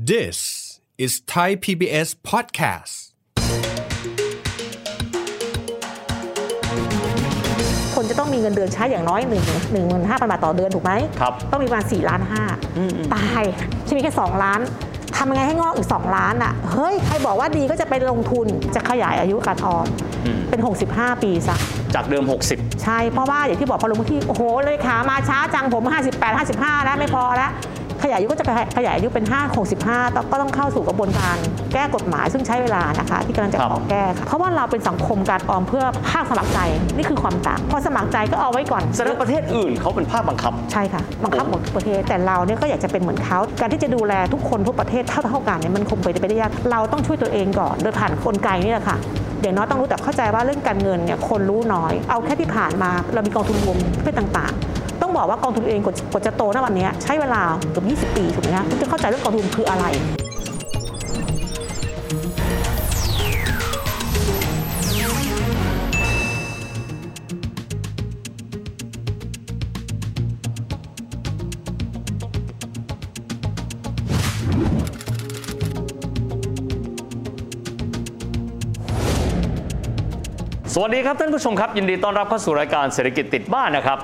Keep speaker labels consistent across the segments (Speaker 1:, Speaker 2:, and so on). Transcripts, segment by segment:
Speaker 1: This is Thai PBS podcast.
Speaker 2: คนจะต้องมีเงินเดือนใช้อย่างน้อย1นึ่งหนึ่งหมื่นห้าพันบาทต่อเดือนถูกไหม
Speaker 3: ครับ
Speaker 2: ต้องมีประมาณสี่ล้านห้าตายชีวิตแค่ 2 ล้านทำยังไงให้งอกอีก 2 ล้านอ่ะเฮ้ย ใครบอกว่าดีก็จะไปลงทุนจะขยายอายุการออมเป็น 65 ปีซะ
Speaker 3: จากเดิม
Speaker 2: ใช่ เพราะว่าอย่างที่บอกพอลงพื้นที่ โอ้โห เลยขามาช้าจังผม 58 55 แล้วไม่พอแล้ว ขยายอายุก็จะขยายอายุเป็น 5 65แล้วก็ต้องเข้าสู่กระบวนการแก้กฎหมายซึ่งใช้เวลานะคะ ที่กำลังจะ
Speaker 3: ครับ
Speaker 2: ออกแก้ค่ะเพราะว่าเราเป็นสังคมการออมเพื่อภาคสมัครใจนี่คือความต่างพอสมัครใจก็เอาไว้ก่อน
Speaker 3: 60แสดงว่าประเทศอื่นเขาเป็นภาคบังคับ
Speaker 2: ใช่ค่ะบังคับหมดทุกประเทศแต่เราเนี่ยก็อยากจะเป็นเหมือนเขาการที่จะดูแลทุกคนทุกประเทศเท่าเท่าๆกันเนี่ยมันคงไปไม่ได้ยากเราต้องช่วยตัวเองก่อน โดยผ่านกลไกนี่แหละค่ะอย่างน้อยต้องรู้แต่เข้าใจว่าเรื่องการเงินเนี่ยคนรู้น้อย เอาแค่ที่ผ่านมาเรามีกองทุนรวมเพื่อต่างๆ ต้องบอกว่ากองทุนเองกว่ากว่าจะโตณวันเนี้ยใช้เวลาเกือบ20 ปีถูกไหมคะที่จะเข้าใจเรื่องกองทุนคืออะไร
Speaker 3: สวัสดีครับท่านผู้ชมครับ ยินดีต้อนรับเข้าสู่รายการเศรษฐกิจติดบ้านนะครับ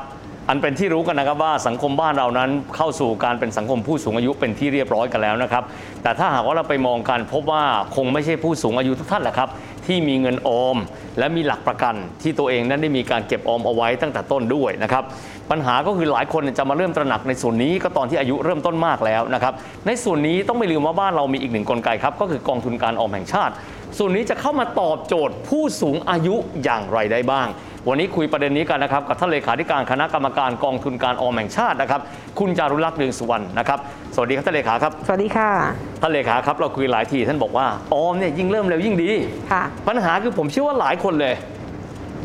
Speaker 3: อันเป็นที่รู้กันนะครับว่าสังคมบ้านเรานั้นเข้าสู่การเป็นสังคมผู้สูงอายุเป็นที่เรียบร้อยกันแล้วนะครับ แต่ถ้าหากว่าเราไปมองกันพบว่าคงไม่ใช่ผู้สูงอายุทุกท่านแหละครับ ที่มีเงินออม และมีหลักประกันที่ตัวเองนั้นได้มีการเก็บออมเอาไว้ตั้งแต่ต้นด้วยนะครับ ปัญหาก็คือหลายคนเนี่ยจะมาเริ่มตระหนักในส่วนนี้ก็ตอนที่อายุเริ่มต้นมากแล้วนะครับ ในส่วนนี้ต้องไม่ลืมว่าบ้านเรามีอีกหนึ่งกลไกครับก็คือกองทุนการออมแห่งชาติ ส่วนนี้จะเข้ามาตอบโจทย์ผู้สูงอายุอย่างไรได้บ้าง วันนี้คุยประเด็นนี้กันนะครับกับท่านเลขาธิการคณะกรรมการกองทุนการออมแห่งชาตินะครับ คุณจารุลักษณ์เรืองสุวรรณนะครับสวัสดีครับท่านเลขาครับ
Speaker 2: สวัสดีค่ะ
Speaker 3: ท่านเลขาครับเราคุยหลายทีท่านบอกว่าออมเนี่ยยิ่งเริ่มเร็วยิ่งดี
Speaker 2: ค่ะ
Speaker 3: ปัญหาคือผมเชื่อว่าหลายคนเลย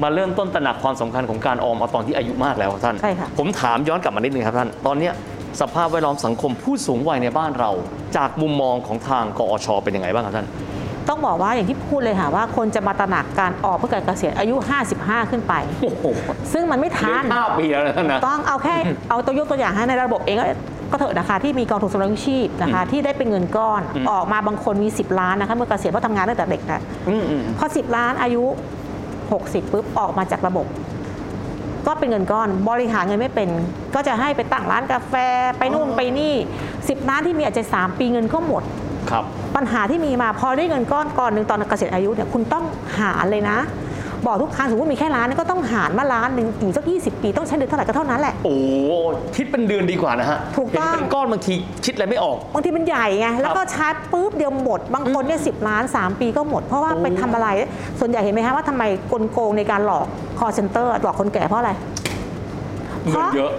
Speaker 3: มาเริ่มต้นตระหนักความสำคัญของการออมเอาตอนที่อายุมากแล้วครับท่าน
Speaker 2: ใช่ค่ะ
Speaker 3: ผมถามย้อนกลับมานิดนึงครับท่าน ตอนเนี้ยสภาพแวดล้อมสังคมผู้สูงวัยในบ้านเรา จากมุมมองของทางกอชเป็นยังไงบ้างครับท่าน
Speaker 2: ต้องบอกว่าอย่างที่พูดเลยค่ะว่าคนจะมาตระหนักการออกเพื่อการเกษียณอายุ 55 ขึ้นไป
Speaker 3: โอ้โห
Speaker 2: ซึ่งมันไม่ทัน
Speaker 3: ห้าปีแล้วนะท่านนะ
Speaker 2: ต้องเอาแค่ เอาตัวยกตัวอย่างให้ในระบบเองก็ก็เถอะนะคะที่มีกองทุนสำรองชีพนะคะที่ได้เป็นเงินก้อน
Speaker 3: อืม
Speaker 2: ออกมาบางคนมี 10 ล้านนะคะเมื่อเกษียณเพราะทำงานตั้งแต่เด็กนะ
Speaker 3: อืมอืม
Speaker 2: พอ 10 ล้านอายุ 60ปุ๊บออกมาจากระบบ ก็เป็นเงินก้อนบริหารเงินไม่เป็น ก็จะให้ไปตั้งร้านกาแฟไปนู่น
Speaker 3: อ๋อ
Speaker 2: ไปนี่ 10 ล้านที่มีอาจจะ 3 ปีเงินก็หมด
Speaker 3: ครับ
Speaker 2: ปัญหาที่มีมาพอได้เงินก้อนก่อนหนึ่งตอนเกษียณอายุเนี่ยคุณต้องหารเลยนะ บอกทุกครั้งสมมติมีแค่ล้านก็ต้องหารมาล้านหนึ่งอีกสัก20 ปีต้องใช้เดือนเท่าไหร่ก็เท่านั้นแหละ
Speaker 3: โอ้โหคิดเป็นเดือนดีกว่านะฮะ
Speaker 2: ถูกต้อง
Speaker 3: เห็นเป็นก้อนบางทีคิดอะไรไม่ออก
Speaker 2: บางทีมันใหญ่ไง แล้วก็ชาร์จปุ๊บเดียวหมด บางคนเนี่ยสิล้าน 3 ปีก็หมด เพราะว่า
Speaker 3: โอ้
Speaker 2: ไปทำอะไร ส่วนใหญ่เห็นไหมคะว่าทำไมกลโกงในการหลอก คอเซ็นเตอร์หลอกคนแก่เพราะอะไร
Speaker 3: เงินเยอะ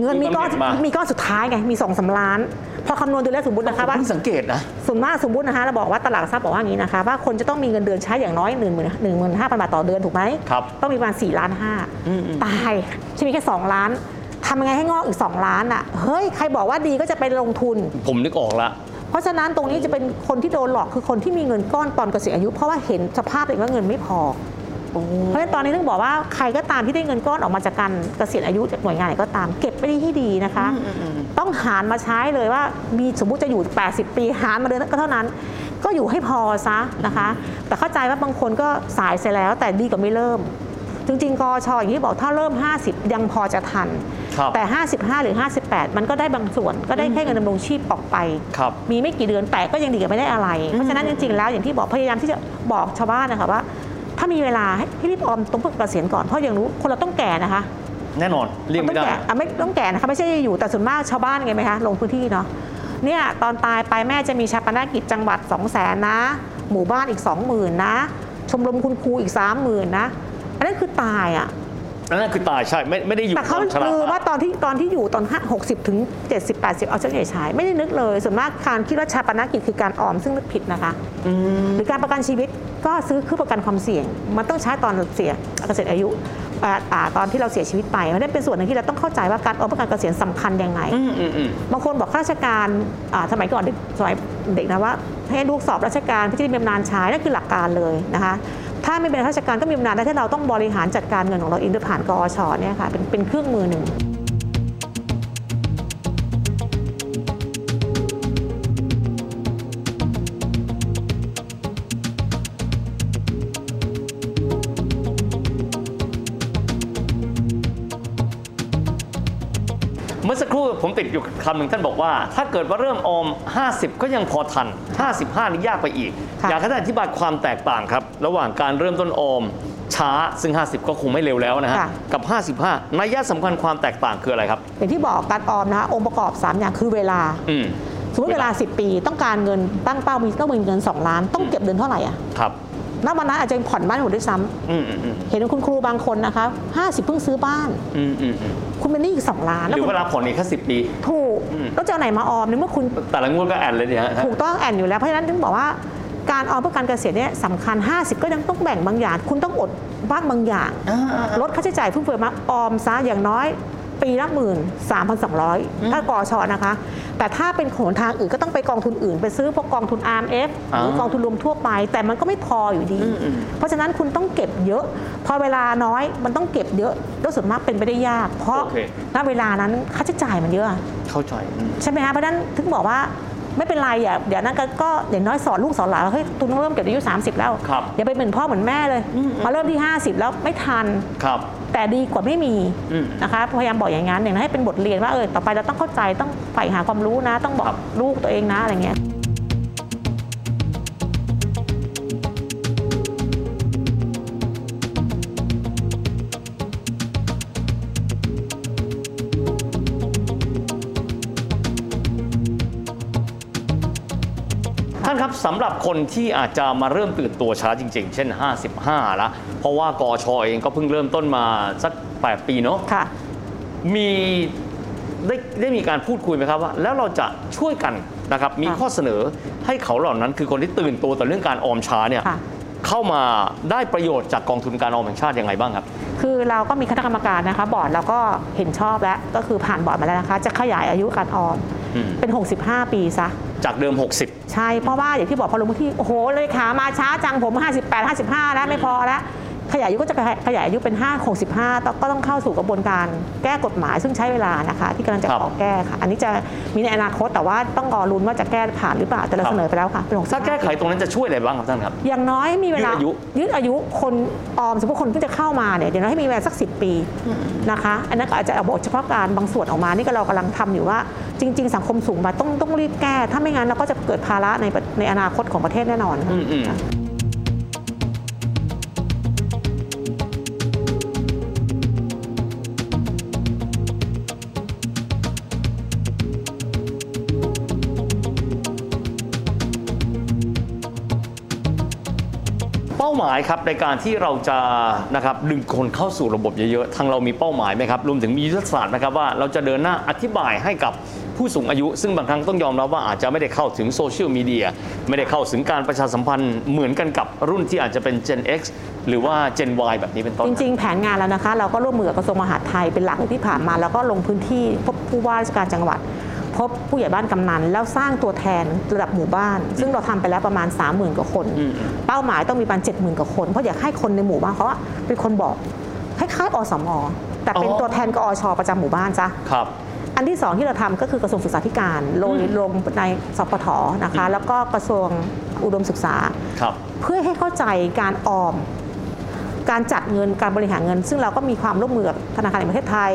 Speaker 2: เงินมีก้อน
Speaker 3: มีก้อนเด็ดมามี
Speaker 2: มีก้อนสุดท้ายไง มี2องสามล้าน พอคำนวณดูแล้วสมมตินะคะว่า
Speaker 3: ผมเพิ่งสังเกตนะ
Speaker 2: สมมติสมมตินะคะเราบอกว่าตลาดหลักทรัพย์บอกว่าอย่างนี้นะคะว่าคนจะต้องมีเงินเดือนใช้อย่างน้อย1 0 0 0 0 1 5 0 0 0 บาทต่อเดือนถูกไหม
Speaker 3: ครับ
Speaker 2: ต้องมีประมาณ4ล้านห้า
Speaker 3: อืมอืม
Speaker 2: ตายชีวิตแค่ 2 ล้านทำยังไงให้งอกอีก 2 ล้านอ่ะเฮ้ยใครบอกว่าดีก็จะไปลงทุน
Speaker 3: ผมนึกออกละ
Speaker 2: เพราะฉะนั้นตรงนี้จะเป็นคนที่โดนหลอกคือคนที่มีเงินก้อนตอนเกษียณอายุ เพราะว่าเห็นสภาพตัวเองว่าเงินไม่พอ เพราะฉะนั้นตอนนี้ต้องบอกว่าใครก็ตามที่ได้เงินก้อนออกมาจากการเกษียณอายุจากหน่วยงานไหนก็ตามเก็บไว้ที่ดีนะคะ ต้องหารมาใช้เลยว่ามีสมมุติจะอยู่ 80 ปีหารมาเดือนก็เท่านั้น ก็อยู่ให้พอซะนะคะ แต่เข้าใจว่าบางคนก็สายเสียแล้วแต่ดีกว่าไม่เริ่ม จริงๆกอชอย่างที่บอกถ้าเริ่ม 50 ยังพอจะทัน
Speaker 3: ครับ
Speaker 2: แต่ 55 หรือ 58 มันก็ได้บางส่วนก็ได้แค่เงินดำรงชีพออกไป
Speaker 3: ครับ
Speaker 2: มีไม่กี่เดือนแต่ก็ยังดีกว่าไม่ได้อะไร เพราะฉะนั้นจริงๆแล้วอย่างที่บอกพยายามที่จะบอกชาวบ้านนะคะว่า ถ้ามีเวลาให้ให้รีบออมตรงเพื่อเกษียณก่อนเพราะอย่างรู้คนเราต้องแก่นะคะ
Speaker 3: แน่นอนเลี่ย
Speaker 2: ต้
Speaker 3: ง
Speaker 2: อ
Speaker 3: ไม่
Speaker 2: ง
Speaker 3: ได้
Speaker 2: แก่อ่ะไม่ต้องแก่นะคะไม่ใช่อยู่แต่ส่วนมากชาวบ้านไงไหมคะลงพื้นที่เนาะเนี่ยตอนตายไปแม่จะมีชาปนกิจจังหวัด 2 0 0แสนนะ หมู่บ้านอีก 2 0,000นะ ชมรมคุณครูอีก 3 0,000นะอันนั้นคือตายอ่ะ
Speaker 3: นั่นคือตายใช่ไม่ไม่ได้อยู่
Speaker 2: แต่เขา
Speaker 3: ตอนชร
Speaker 2: ลือ
Speaker 3: ภาพ
Speaker 2: ว่าตอนที่ตอนที่อยู่ตอนหกสิบถึงเจ็ดสิบแปดสิบเอาเฉลี่ยใช้ไม่ได้นึกเลย ส่วนมากการคิดว่าชาปนกิจคือการออมซึ่งผิดนะคะ หรือการประกันชีวิตก็ซื้อคือประกันความเสี่ยง มันต้องใช้ตอนเสียเกษียณอายุอ่าอ่าตอนที่เราเสียชีวิตไปเพราะฉะนั้นเป็นส่วนหนึ่งที่เราต้องเข้าใจว่าการออมประกันเกษียณสำคัญยังไง
Speaker 3: อืมอืมอืม
Speaker 2: บางคนบอกข้าราชการอ่าสมัยก่อนเด็กสมัยเด็กนะว่า ให้ลูกสอบราชการเพื่อจะได้มีบำนาญใช้นั่นคือหลักการเลยนะคะ ถ้าไม่เป็นข้าราชการก็มีบำนาญได้ถ้าเราต้องบริหารจัดการเงินของเราเองโดยผ่านกอชเนี่ยค่ะเป็นเป็นเครื่องมือหนึ่ง
Speaker 3: ค อสักครู่ผมติดอยู่คำหนึ่งท่านบอกว่า ถ้าเกิดว่าเริ่มออม 50 ก็ยังพอทัน 55 นี่ยากไปอีก
Speaker 2: ค่ะ
Speaker 3: อยากให้ท่านอธิบายความแตกต่างครับ ระหว่างการเริ่มต้นออมช้าซึ่ง 50 ก็คงไม่เร็วแล้วนะฮะ
Speaker 2: ค่ะ
Speaker 3: กับ 55นัยยะสำคัญความแตกต่างคืออะไรครับ
Speaker 2: อย่างที่บอกการออมนะคะองค์ประกอบ 3 อย่างคือเวลา
Speaker 3: อืม
Speaker 2: สมมติเวลา 10 ปี ต้องการเงินตั้งเป้ามีต้องมีเงิน 2 ล้าน ต้องเก็บเดือนเท่าไหร่อ่ะ
Speaker 3: ครับ
Speaker 2: ณวันนั้นอาจจะยังผ่อนบ้านอยู่ด้วยซ้ำ
Speaker 3: อืมอืมอืม
Speaker 2: เห็นคุณครูบางคนนะคะ50 เพิ่งซื้อบ้าน
Speaker 3: อืมอืมอืม
Speaker 2: คุณเป็นหนี้อีกสองล้าน
Speaker 3: หรือ
Speaker 2: คุณ
Speaker 3: เวลาผ่อนอีกแค่สิปี
Speaker 2: ถูก
Speaker 3: อืม
Speaker 2: แล้วจะเอาไหนมาออมในเมื่อคุณ
Speaker 3: แต่ละงวดก็แอนเลยเนี่ยฮะ
Speaker 2: ถูกต้องแอนอยู่แล้วเพราะฉะนั้นถึงบอกว่าการออมเพื่อการเกษียณเนี่ยสำคัญ 50 ก็ยังต้องแบ่งบางอย่าง คุณต้องอดบ้างบางอย่าง ลดค่าใช้จ่ายฟุ่มเฟือยมาออมซะอย่างน้อย ปีละหมื่นสามพันสองร้อยถ้ากอชอนะคะ แต่ถ้าเป็นของทางอื่นก็ต้องไปกองทุนอื่น ไปซื้อพวกกองทุน RMF
Speaker 3: อ่า
Speaker 2: หรือกองทุนรวมทั่วไป แต่มันก็ไม่พออยู่ดี
Speaker 3: อืมอืม
Speaker 2: เพราะฉะนั้นคุณต้องเก็บเยอะ พอเวลาน้อยมันต้องเก็บเยอะแล้วส่วนมากเป็นไปได้ยาก เพราะณเวลานั้นค่าใช้จ่ายมันเยอะ
Speaker 3: เข้าใจอืม
Speaker 2: ใช่ไหมคะเพราะฉะนั้นถึงบอกว่าไม่เป็นไรอย่าเดี๋ยวนั้นก็ก็อย่างน้อยสอนลูกสอนหลานว่าเฮ้ยตุนต้องเริ่มเก็บอายุ 30 แล้ว
Speaker 3: ครับ
Speaker 2: อย่าไปเหมือนพ่อเหมือนแม่เลย
Speaker 3: อืม
Speaker 2: มาเริ่มที่ 50 แล้วไม่ทัน
Speaker 3: ครับ
Speaker 2: แต่ดีกว่าไม่มี
Speaker 3: อืม
Speaker 2: นะคะพยายามบอกอย่างนั้นอย่างนั้นให้เป็นบทเรียนว่าเออต่อไปเราต้องเข้าใจต้องใฝ่หาความรู้นะ ต้องบอ
Speaker 3: ครั
Speaker 2: ก
Speaker 3: บ
Speaker 2: ลูกตัวเองนะอะไรเงี้ย
Speaker 3: ท่านครับสำหรับคนที่อาจจะมาเริ่มตื่นตัวช้าจริง ๆ เช่น 55 ละเพราะว่ากอชอเองก็เพิ่งเริ่มต้นมาสัก 8 ปีเนาะ
Speaker 2: ค่ะ
Speaker 3: มีได้ได้มีการพูดคุยไหมครับว่า แล้วเราจะช่วยกันนะครับมี
Speaker 2: ค่ะ
Speaker 3: ข้อเสนอให้เขาเหล่านั้น คือคนที่ตื่นตัวต่อเรื่องการออมช้าเนี่ย
Speaker 2: ค่ะ
Speaker 3: เข้ามาได้ประโยชน์จากกองทุนการออมแห่งชาติยังไงบ้างครับ
Speaker 2: คือเราก็มีคณะกรรมการนะคะ บอร์ดเราก็เห็นชอบแล้วก็คือผ่านบอร์ดมาแล้วนะคะ จะขยายอายุการออม
Speaker 3: อืม
Speaker 2: เป็น 65 ปีซะ
Speaker 3: จากเดิม
Speaker 2: ใช่ เพราะว่าอย่างที่บอกพอลงพื้นที่โอ้โหเลยขามาช้าจังผม 58 55 แล้วไม่พอแล้วขยายอายุก็จะขยายอายุเป็น 5 65ต้องก็ต้องเข้าสู่กระบวนการแก้กฎหมายซึ่งใช้เวลานะคะ ที่กำลังจะ
Speaker 3: ครับ
Speaker 2: ขอแก้ค่ะ อันนี้จะมีในอนาคตแต่ว่าต้องรอลุ้นว่าจะแก้ผ่านหรือเปล่าแต่เราเสนอไปแล้วค่ะเป็นของ
Speaker 3: 60 ถ้าแก้ไขตรงนั้นจะช่วยอะไรบ้างครับท่านครับ
Speaker 2: อย่างน้อยมีเวลา
Speaker 3: ยืดอายุ
Speaker 2: ยืดอายุคนออมสมมติคนเพิ่งจะเข้ามาเนี่ยอย่างน้อยให้มีเวลาสัก 10 ปีนะคะ อันนั้นก็อาจจะเอาบทเฉพาะการบางส่วนออกมานี่ก็เรากำลังทำอยู่ว่าจริง ๆ สังคมสูงมาต้องต้องรีบแก้ ถ้าไม่งั้นเราก็จะเกิดภาระในประในอนาคตของประเทศแน่นอนค่ะ
Speaker 3: อืมอืมเป้าหมายครับในการที่เราจะนะครับดึงคนเข้าสู่ระบบเยอะๆ ทางเรามีเป้าหมายไหมครับ รวมถึงมียุทธศาสตร์ไหมครับว่าเราจะเดินหน้าอธิบายให้กับผู้สูงอายุ ซึ่งบางครั้งต้องยอมรับว่าอาจจะไม่ได้เข้าถึงโซเชียลมีเดียไม่ได้เข้าถึงการประชาสัมพันธ์เหมือนกันกับรุ่นที่อาจจะเป็น Gen X หรือว่า Gen Y แบบนี้เป็นต้น
Speaker 2: จริง ๆ แผนงานแล้วนะคะ เราก็ร่วมมือกับกระทรวงมหาดไทยเป็นหลักเลยที่ผ่านมา แล้วก็ลงพื้นที่พบผู้ว่าราชการจังหวัด พบผู้ใหญ่บ้านกำนัน แล้วสร้างตัวแทนระดับหมู่บ้าน ซึ่งเราทำไปแล้วประมาณ 30,000 กว่าคน
Speaker 3: อืม
Speaker 2: เป้าหมายต้องมีประมาณ70,000 กว่าคน เพราะอยากให้คนในหมู่บ้านเขาอะเป็นคนบอกคล้ายๆอสมแต่เป็นตัวแทนกอชประจำหมู่บ้านจ้ะ
Speaker 3: ครับ
Speaker 2: อันที่สองที่เราทำก็คือกระทรวงศึกษาธิการลงลงในสปทนะคะ แล้วก็กระทรวงอุดมศึกษา
Speaker 3: ครับ
Speaker 2: เพื่อให้เข้าใจการออม การจัดเงินการบริหารเงิน ซึ่งเราก็มีความร่วมมือกับธนาคารแห่งประเทศไทย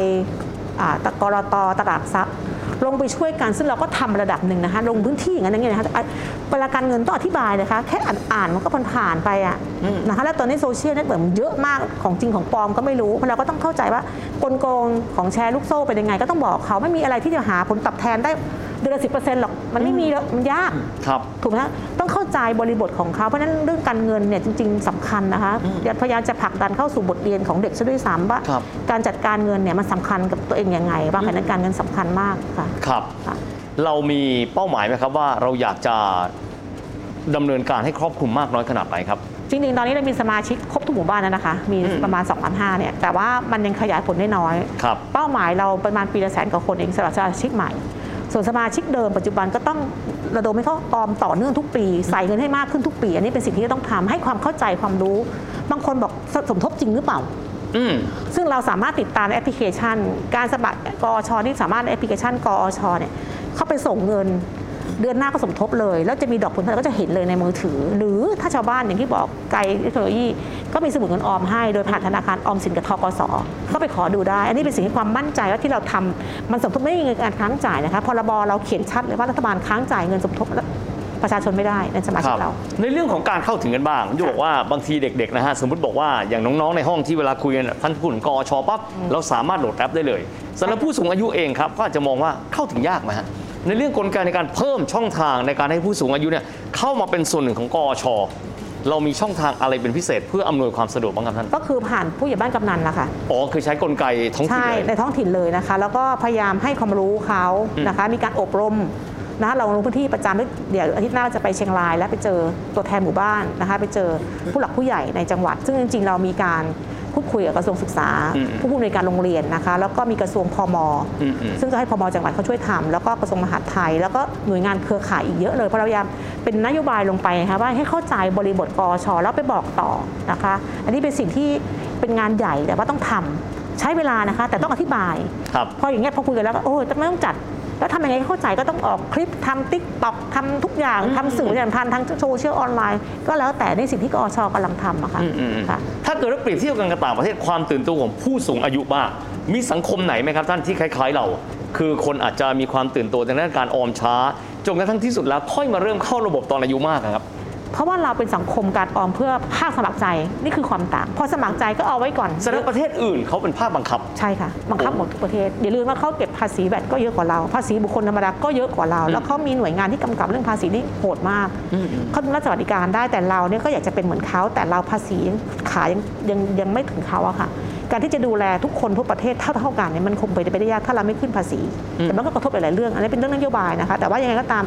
Speaker 2: อ่าตกรตตลาดทรัพย์ ลงไปช่วยกันซึ่งเราก็ทำระดับหนึ่งนะคะ ลงพื้นที่อย่างนั้นอย่างนี้นะคะอ่ะเวลาการเงินต้องอธิบายนะคะ แค่อ่านอ่านมันก็ผ่านๆไปอะนะคะ แล้วตอนนี้โซเชียลเน็ตเวิร์กมันเยอะมากของจริงของปลอมก็ไม่รู้เพราะเราก็ต้องเข้าใจว่ากลโกงของแชร์ลูกโซ่เป็นยังไง ก็ต้องบอกเขาไม่มีอะไรที่จะหาผลตอบแทนได้เดือนละสิเปอร์เซ็นต์หรอกมันไม่มีหรอกมันยาก
Speaker 3: ครับ
Speaker 2: ถูกไหมฮะต้องเข้าใจบริบทของเขา เพราะฉะนั้นเรื่องการเงินเนี่ยจริง ๆสำคัญนะคะอย่าพยายามจะผลักดันเข้าสู่บทเรียนของเด็กซะด้วยซ้ำว่า
Speaker 3: ครับ
Speaker 2: การจัดการเงินเนี่ยมันสำคัญกับตัวเองยังไงบ้างเพราะฉะนั้นการเงินสำคัญมากค่ะ
Speaker 3: ครับ
Speaker 2: ค่ะ
Speaker 3: เรามีเป้าหมายไหมครับว่าเราอยากจะดำเนินการให้ครอบคลุมมากน้อยขนาดไหนครับ
Speaker 2: จริงๆ ตอนนี้เรามีสมาชิกครบทุกหมู่บ้านแล้วนะคะ มี
Speaker 3: อืม
Speaker 2: ประมาณ 2,500เนี่ยแต่ว่ามันยังขยายผลได้น้อย
Speaker 3: ครับ
Speaker 2: เป้าหมายเราประมาณปีละแสนกว่าคนเองสำหรับสมาชิกใหม่ ส่วนสมาชิกเดิมปัจจุบันก็ต้องระดมให้เขาออมต่อเนื่องทุกปี ใส่เงินให้มากขึ้นทุกปี อันนี้เป็นสิ่งที่ต้องทำให้ความเข้าใจความรู้ บางคนบอกสสมทบจริงหรือเปล่า
Speaker 3: อืม
Speaker 2: ซึ่งเราสามารถติดตามในแอปพลิเคชัน การสมัครกอชนี่สามารถในแอปพลิเคชันกอชเนี่ยเข้าไปส่งเงิน เดือนหน้าก็สมทบเลย แล้วจะมีดอกผลผลิตก็จะเห็นเลยในมือถือ หรือถ้าชาวบ้านอย่างที่บอกไกลเทคโนโลยีก็มีสมุดเงินออมให้ โดยผ่านธนาคารออมสินกับทกสก็ไปขอดูได้ อันนี้เป็นสิ่งที่ความมั่นใจว่าที่เราทำมันสมทบไม่มีเงินการค้างจ่ายนะคะพรบเราเขียนชัดเลยว่ารัฐบาลค้างจ่ายเงินสมทบประชาชนไม่ได้ในสมา
Speaker 3: ค
Speaker 2: ชิก
Speaker 3: รับ
Speaker 2: เรา
Speaker 3: ในเรื่องของการเข้าถึงกันบ้างจะบอกว่าบางทีเด็กๆนะฮะสมมติบอกว่าอย่างน้องๆในห้องที่เวลาคุยกันอะท่านพูดถึงกอชอปั๊บเราสามารถโหลดแอปได้เลยสำหรับผู้สูงอายุเองครับก็อาจจะมองว่าเข้าถึงยากไหมฮะในเรื่องกลไกในการเพิ่มช่องทางในการให้ผู้สูงอายุเนี่ยเข้ามาเป็นส่วนหนึ่งของกอชอเรามีช่องทางอะไรเป็นพิเศษ เพื่ออำนวยความสะดวกบ้างครับท่าน
Speaker 2: ก็คือผ่านผู้ใหญ่บ้านกำนันละค่ะ
Speaker 3: อ๋อคือใช้กลไกท้องถิ่น
Speaker 2: ใช่
Speaker 3: เลย
Speaker 2: ในท้องถิ่นเลยนะคะ แล้วก็พยายามให้ความรู้เขานะคะ มีการอบรมนะคะเราลงพื้นที่ประจำเดี๋ยวอาทิตย์หน้าเราจะไปเชียงราย และไปเจอตัวแทนหมู่บ้านนะคะ ไปเจอผู้หลักผู้ใหญ่ในจังหวัด ซึ่งจริงๆ เรามีการพูดคุยกับกระทรวงศึกษา
Speaker 3: อืม
Speaker 2: ผู้ผู้อำนวยการโรงเรียนนะคะ แล้วก็มีกระทรวงพม
Speaker 3: อืมๆ
Speaker 2: ซึ่งก็ให้พมจังหวัดเขาช่วยทำแล้วก็กระทรวงมหาดไทย แล้วก็หน่วยงานเครือข่ายอีกเยอะเลยเพราะเราพยายามเป็นนโยบายลงไปนะคะว่าให้เข้าใจบริบทกอชแล้วไปบอกต่อนะคะ อันนี้เป็นสิ่งที่เป็นงานใหญ่แต่ว่าต้องทำใช้เวลานะคะ แต่ต้องอธิบาย
Speaker 3: ครับ
Speaker 2: พออย่างเงี้ยพอคุยกันแล้วก็โอ้ยต้องไม่ต้องจัด แล้วทำยังไงให้เข้าใจก็ต้องออกคลิปทำติ๊กต็อกทำทุกอย่างทำสื่ออย่างพันทางโซเชียลออนไลน์ ก็แล้วแต่ในสิ่งที่กอชกำลังทำอะค่ะ
Speaker 3: อืมอืมอืม
Speaker 2: ค่ะ
Speaker 3: ถ้าเกิดว่าเปรียบเทียบกันกับต่างประเทศความตื่นตัวของผู้สูงอายุบ้างมีสังคมไหนไหมครับท่านที่คล้ายๆเรา คือคนอาจจะมีความตื่นตัวในด้านการออมช้าจนกระทั่งที่สุดแล้วค่อยมาเริ่มเข้าระบบตอนอายุมากนะครับ
Speaker 2: เพราะว่าเราเป็นสังคมการออมเพื่อภาคสมัครใจนี่คือความต่าง พอสมัครใจก็เอาไว้ก่อน
Speaker 3: แสดงว่าประเทศอื่นเขาเป็นภาคบังคับ
Speaker 2: ใช่ค่ะ บังคับหมดทุกประเทศอย่าลืมว่าเขาเก็บภาษีแบตก็เยอะกว่าเรา ภาษีบุคคลธรรมดาก็เยอะกว่าเรา แล้วเขามีหน่วยงานที่กำกับเรื่องภาษีนี่โหดมากเขาดูแลสวัสดิการได้แต่เราเนี่ยก็อยากจะเป็นเหมือนเขาแต่เราภาษีขายังยังยังไม่ถึงเขาอะค่ะ การที่จะดูแลทุกคนทุกประเทศเท่าเท่าๆกันเนี่ยมันคงไปไปได้ยากถ้าเราไม่ขึ้นภาษี แต่มันก็กระทบหลายๆเรื่อง อันนี้เป็นเรื่องนโยบายนะคะ แต่ว่ายังไงก็ตาม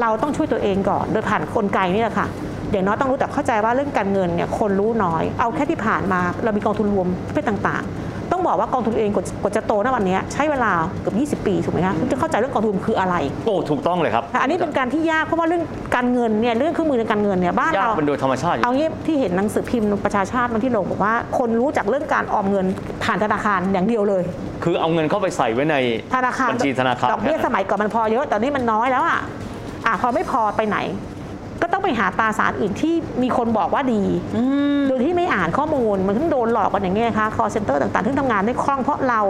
Speaker 2: เราต้องช่วยตัวเองก่อน โดยผ่านกลไกนี่แหละค่ะ อย่างน้อยต้องรู้แต่เข้าใจว่าเรื่องการเงินเนี่ยคนรู้น้อย เอาแค่ที่ผ่านมาเรามีกองทุนรวมประเภทต่างๆ ต้องบอกว่ากองทุนเองกว่ากว่าจะโตนะวันเนี้ยใช้เวลาเกือบ20 ปีถูกไหมคะคุณจะเข้าใจเรื่องกองทุนคืออะไร
Speaker 3: โอ้ถูกต้องเลยครับ
Speaker 2: อันนี้เป็นการที่ยากเพราะว่าเรื่องการเงินเนี่ยเรื่องเครื่องมือในการเงินเนี่ยบ้าน
Speaker 3: ยาก
Speaker 2: เรา
Speaker 3: เป็นโดยธรรมชาติ
Speaker 2: เอางี้ที่เห็นหนังสือพิมพ์ประชาชาติบางที่ลงบอกว่า คนรู้จักเรื่องการออมเงินผ่านธนาคารอย่างเดียวเลย
Speaker 3: คือเอาเงินเข้าไปใส่ไว้ใน
Speaker 2: ธนาคาร
Speaker 3: บัญชีธนาคาร
Speaker 2: ดอกเบี้ยสมัยก่อนมันพอเยอะแต่นี่มันน้อยแล้วอ่ะอ่ะพอไม่พอไปไหน ก็ต้องไปหาตราสารอื่นที่มีคนบอกว่าดีโดยที่ไม่อ่านข้อมูลมันถึงโดนหลอกกันอย่างเงี้ยนะคะคอเซ็นเตอร์ต่างๆที่ทำงานได้คล่องเพราะเรา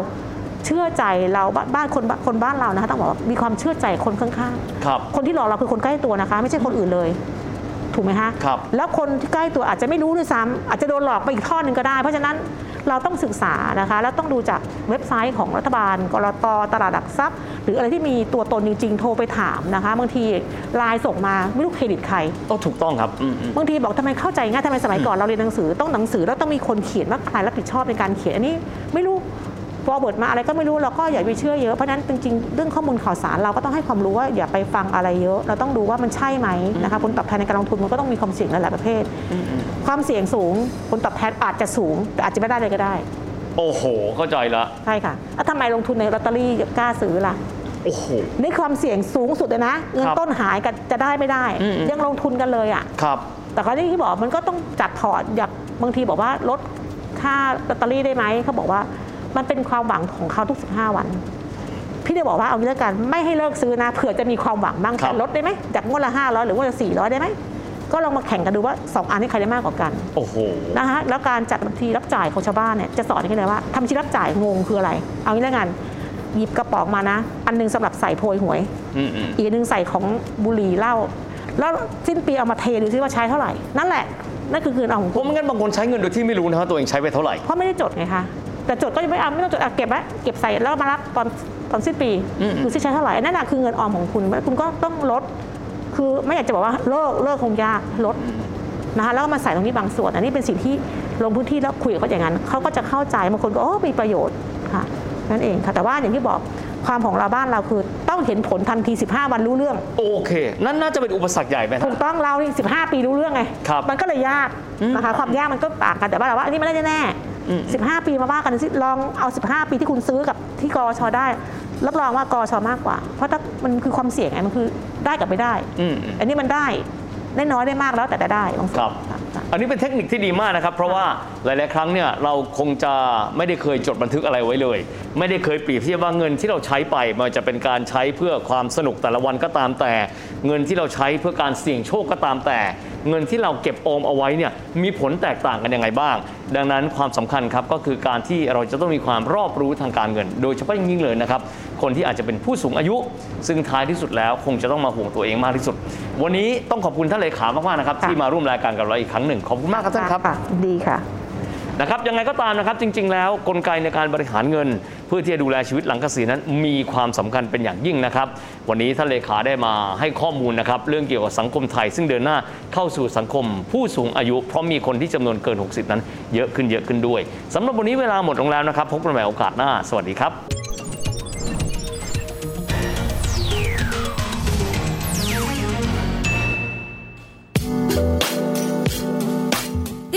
Speaker 2: เชื่อใจเราบ้านบ้านคนคนบ้านเรานะคะต้องบอกว่ามีความเชื่อใจคนข้างๆ
Speaker 3: ครับ
Speaker 2: คนที่หลอกเราคือคนใกล้ตัวนะคะ ไม่ใช่คนอื่นเลย ถูกไหมคะ
Speaker 3: ครับ
Speaker 2: แล้วคนที่ใกล้ตัวอาจจะไม่รู้ด้วยซ้ำอาจจะโดนหลอกไปอีกทอดหนึ่งก็ได้ เพราะฉะนั้นเราต้องศึกษานะคะ แล้วต้องดูจากเว็บไซต์ของรัฐบาล กรตตลาดหลักทรัพย์ หรืออะไรที่มีตัวตนจริงๆ โทรไปถามนะคะบางทีไลน์ส่งมาไม่รู้เครดิตใคร
Speaker 3: โอ้ถูกต้องครับอืมอืม
Speaker 2: บางทีบอกทำไมเข้าใจง่ายทำไมสมัยก่อนเราเรียนหนังสือต้องหนังสือแล้วต้องมีคนเขียนว่าใครรับผิดชอบในการเขียนอันนี้ไม่รู้ฟอร์เวิร์ดมาอะไรก็ไม่รู้เราก็อย่าไปเชื่อเยอะเพราะฉะนั้นจริงๆเรื่องข้อมูลข่าวสารเราก็ต้องให้ความรู้ว่าอย่าไปฟังอะไรเยอะ เราต้องดูว่ามันใช่ไหมนะคะผลตอบแทนในการลงทุนมันก็ต้องมีความเสี่ยงหลายๆประเภท ความเสี่ยงสูงผลตอบแทนอาจจะสูงแต่อาจจะไม่ได้เลยก็ได้
Speaker 3: โอ้โห เข้าใจละ
Speaker 2: ใช่ค่ะแล้วทำไมลงทุนในลอตเตอรี่กล้าซื้อล่ะ
Speaker 3: โอ้โห
Speaker 2: นี่ความเสี่ยงสูงสุดเลยนะเงิน
Speaker 3: ครับ
Speaker 2: ต้นหายกันจะได้ไม่ได้
Speaker 3: อืม
Speaker 2: ยังลงทุนกันเลยอ่ะ
Speaker 3: ครับ
Speaker 2: แต่เขาที่บอกมันก็ต้องจัดพอร์ตอยากบางทีบอกว่าลดค่าลอตเตอรี่ได้ไหมเขาบอกว่ามันเป็นความหวังของเขาทุก 15 วัน พี่ได้บอกว่าเอางี้แล้วกันไม่ให้เลิกซื้อนะเผื่อจะมีความหวังบ้าง
Speaker 3: ครับ
Speaker 2: แต่ลดได้ไหมจากงวดละ500หรืองวดละ400 ได้ไหมก็ลองมาแข่งกันดูว่า 2 อันนี้ใครได้มากกว่ากัน
Speaker 3: โอ้โห
Speaker 2: นะคะแล้วการจัดบัญชีรับจ่ายของชาวบ้านเนี่ยจะสอนให้เลยว่าทำบัญชีรับจ่ายงงคืออะไร เอางี้แล้วกันหยิบกระป๋องมานะ อันหนึงสำหรับใส่โพยหวย
Speaker 3: อืมอืม
Speaker 2: อีกอันหนึ่งใส่ของบุหรี่เหล้าแล้วสิ้นปีเอามาเทดูซิว่าใช้เท่าไหร่ นั่นแหละ นั่นคือคืนเอาของ
Speaker 3: เพราะไม่งั้นบางคนใช้เงินโดยที่ไม่รู้นะครับตัวเองใช้ไปเท่าไหร่
Speaker 2: เพราะไม่ได้จดไงคะแต่จดก็ยังไม่เอาไม่ต้องจดเอาเก็บไว้เก็บใส่แล้วมารับตอนตอนสิ้นปี
Speaker 3: อืม
Speaker 2: ดูซิใช้เท่าไหร่นั่นแหะคือเงินออมของคุณคุณก็ต้องลด คือไม่อยากจะบอกว่าเลิกเลิกคงยากลดนะคะแล้วก็มาใส่ตรงนี้บางส่วน อันนี้เป็นสิ่งที่ลงพื้นที่แล้วคุยกับเขาอย่างนั้นเขาก็จะเข้าใจบางคนก็โอ้มีประโยชน์ค่ะนั่นเองค่ะแต่ว่าอย่างที่บอกความของเราบ้านเราคือต้องเห็นผลทันที 15 วันรู้เรื่อง
Speaker 3: โอเค นั่นน่าจะเป็นอุปสรรคใหญ่ไหมท่าน
Speaker 2: ถูกต้องเรานี่15 ปีรู้เรื่องไง
Speaker 3: ครับ
Speaker 2: มันก็เลยยากนะคะความยากมันก็ต่างกันแต่ว่าเราว่าอันนี้มันได้แน่
Speaker 3: อืม
Speaker 2: ๆ15 ปีมาว่ากันสิลองเอา 15 ปีที่คุณซื้อกับที่กอชอได้ รับรองว่ากอชอมากกว่า เพราะถ้ามันคือความเสี่ยงไงมันคือได้กับไม่ได้
Speaker 3: อืมอืม
Speaker 2: อันนี้มันได้ได้น้อยได้มากแล้วแต่จะได้บางส่วน
Speaker 3: ครับ
Speaker 2: ค่ะ
Speaker 3: อันนี้เป็นเทคนิคที่ดีมากนะครับ เพราะว่าหลาย ๆ ครั้งเนี่ยเราคงจะไม่ได้เคยจดบันทึกอะไรไว้เลย ไม่ได้เคยเปรียบเทียบว่าเงินที่เราใช้ไปไมันจะเป็นการใช้เพื่อความสนุกแต่ละวันก็ตามแต่ เงินที่เราใช้เพื่อการเสี่ยงโชคก็ตามแต่ เงินที่เราเก็บออมเอาไว้เนี่ยมีผลแตกต่างกันยังไงบ้าง ดังนั้นความสำคัญครับก็คือการที่เราจะต้องมีความรอบรู้ทางการเงิน โดยเฉพาะอย่างยิ่งเลยนะครับ คนที่อาจจะเป็นผู้สูงอายุ ซึ่งท้ายที่สุดแล้วคงจะต้องมาห่วงตัวเองมากที่สุด วันนี้ต้องขอบคุณท่านเลขามากๆนะครับ
Speaker 2: ค่ะ
Speaker 3: ที่มาร่วมรายการกับเราอีกครั้งหนึ่ง ขอบคุณมากครับท่านครับ
Speaker 2: ค่ะดีค่ะ
Speaker 3: นะครับยังไงก็ตามนะครับจริง ๆ แล้วกลไกในการบริหารเงิน เพื่อที่จะดูแลชีวิตหลังเกษียณนั้น มีความสำคัญเป็นอย่างยิ่งนะครับ วันนี้ท่านเลขาได้มาให้ข้อมูลนะครับ เรื่องเกี่ยวกับสังคมไทย ซึ่งเดินหน้าเข้าสู่สังคมผู้สูงอายุ เพราะมีคนที่จำนวนเกิน 60 นั้นเยอะขึ้นเยอะขึ้นด้วยสำหรับวันนี้เวลาหมดลงแล้วนะครับพบกันใหม่โอกาสหน้า สวัสดีครับ
Speaker 4: ต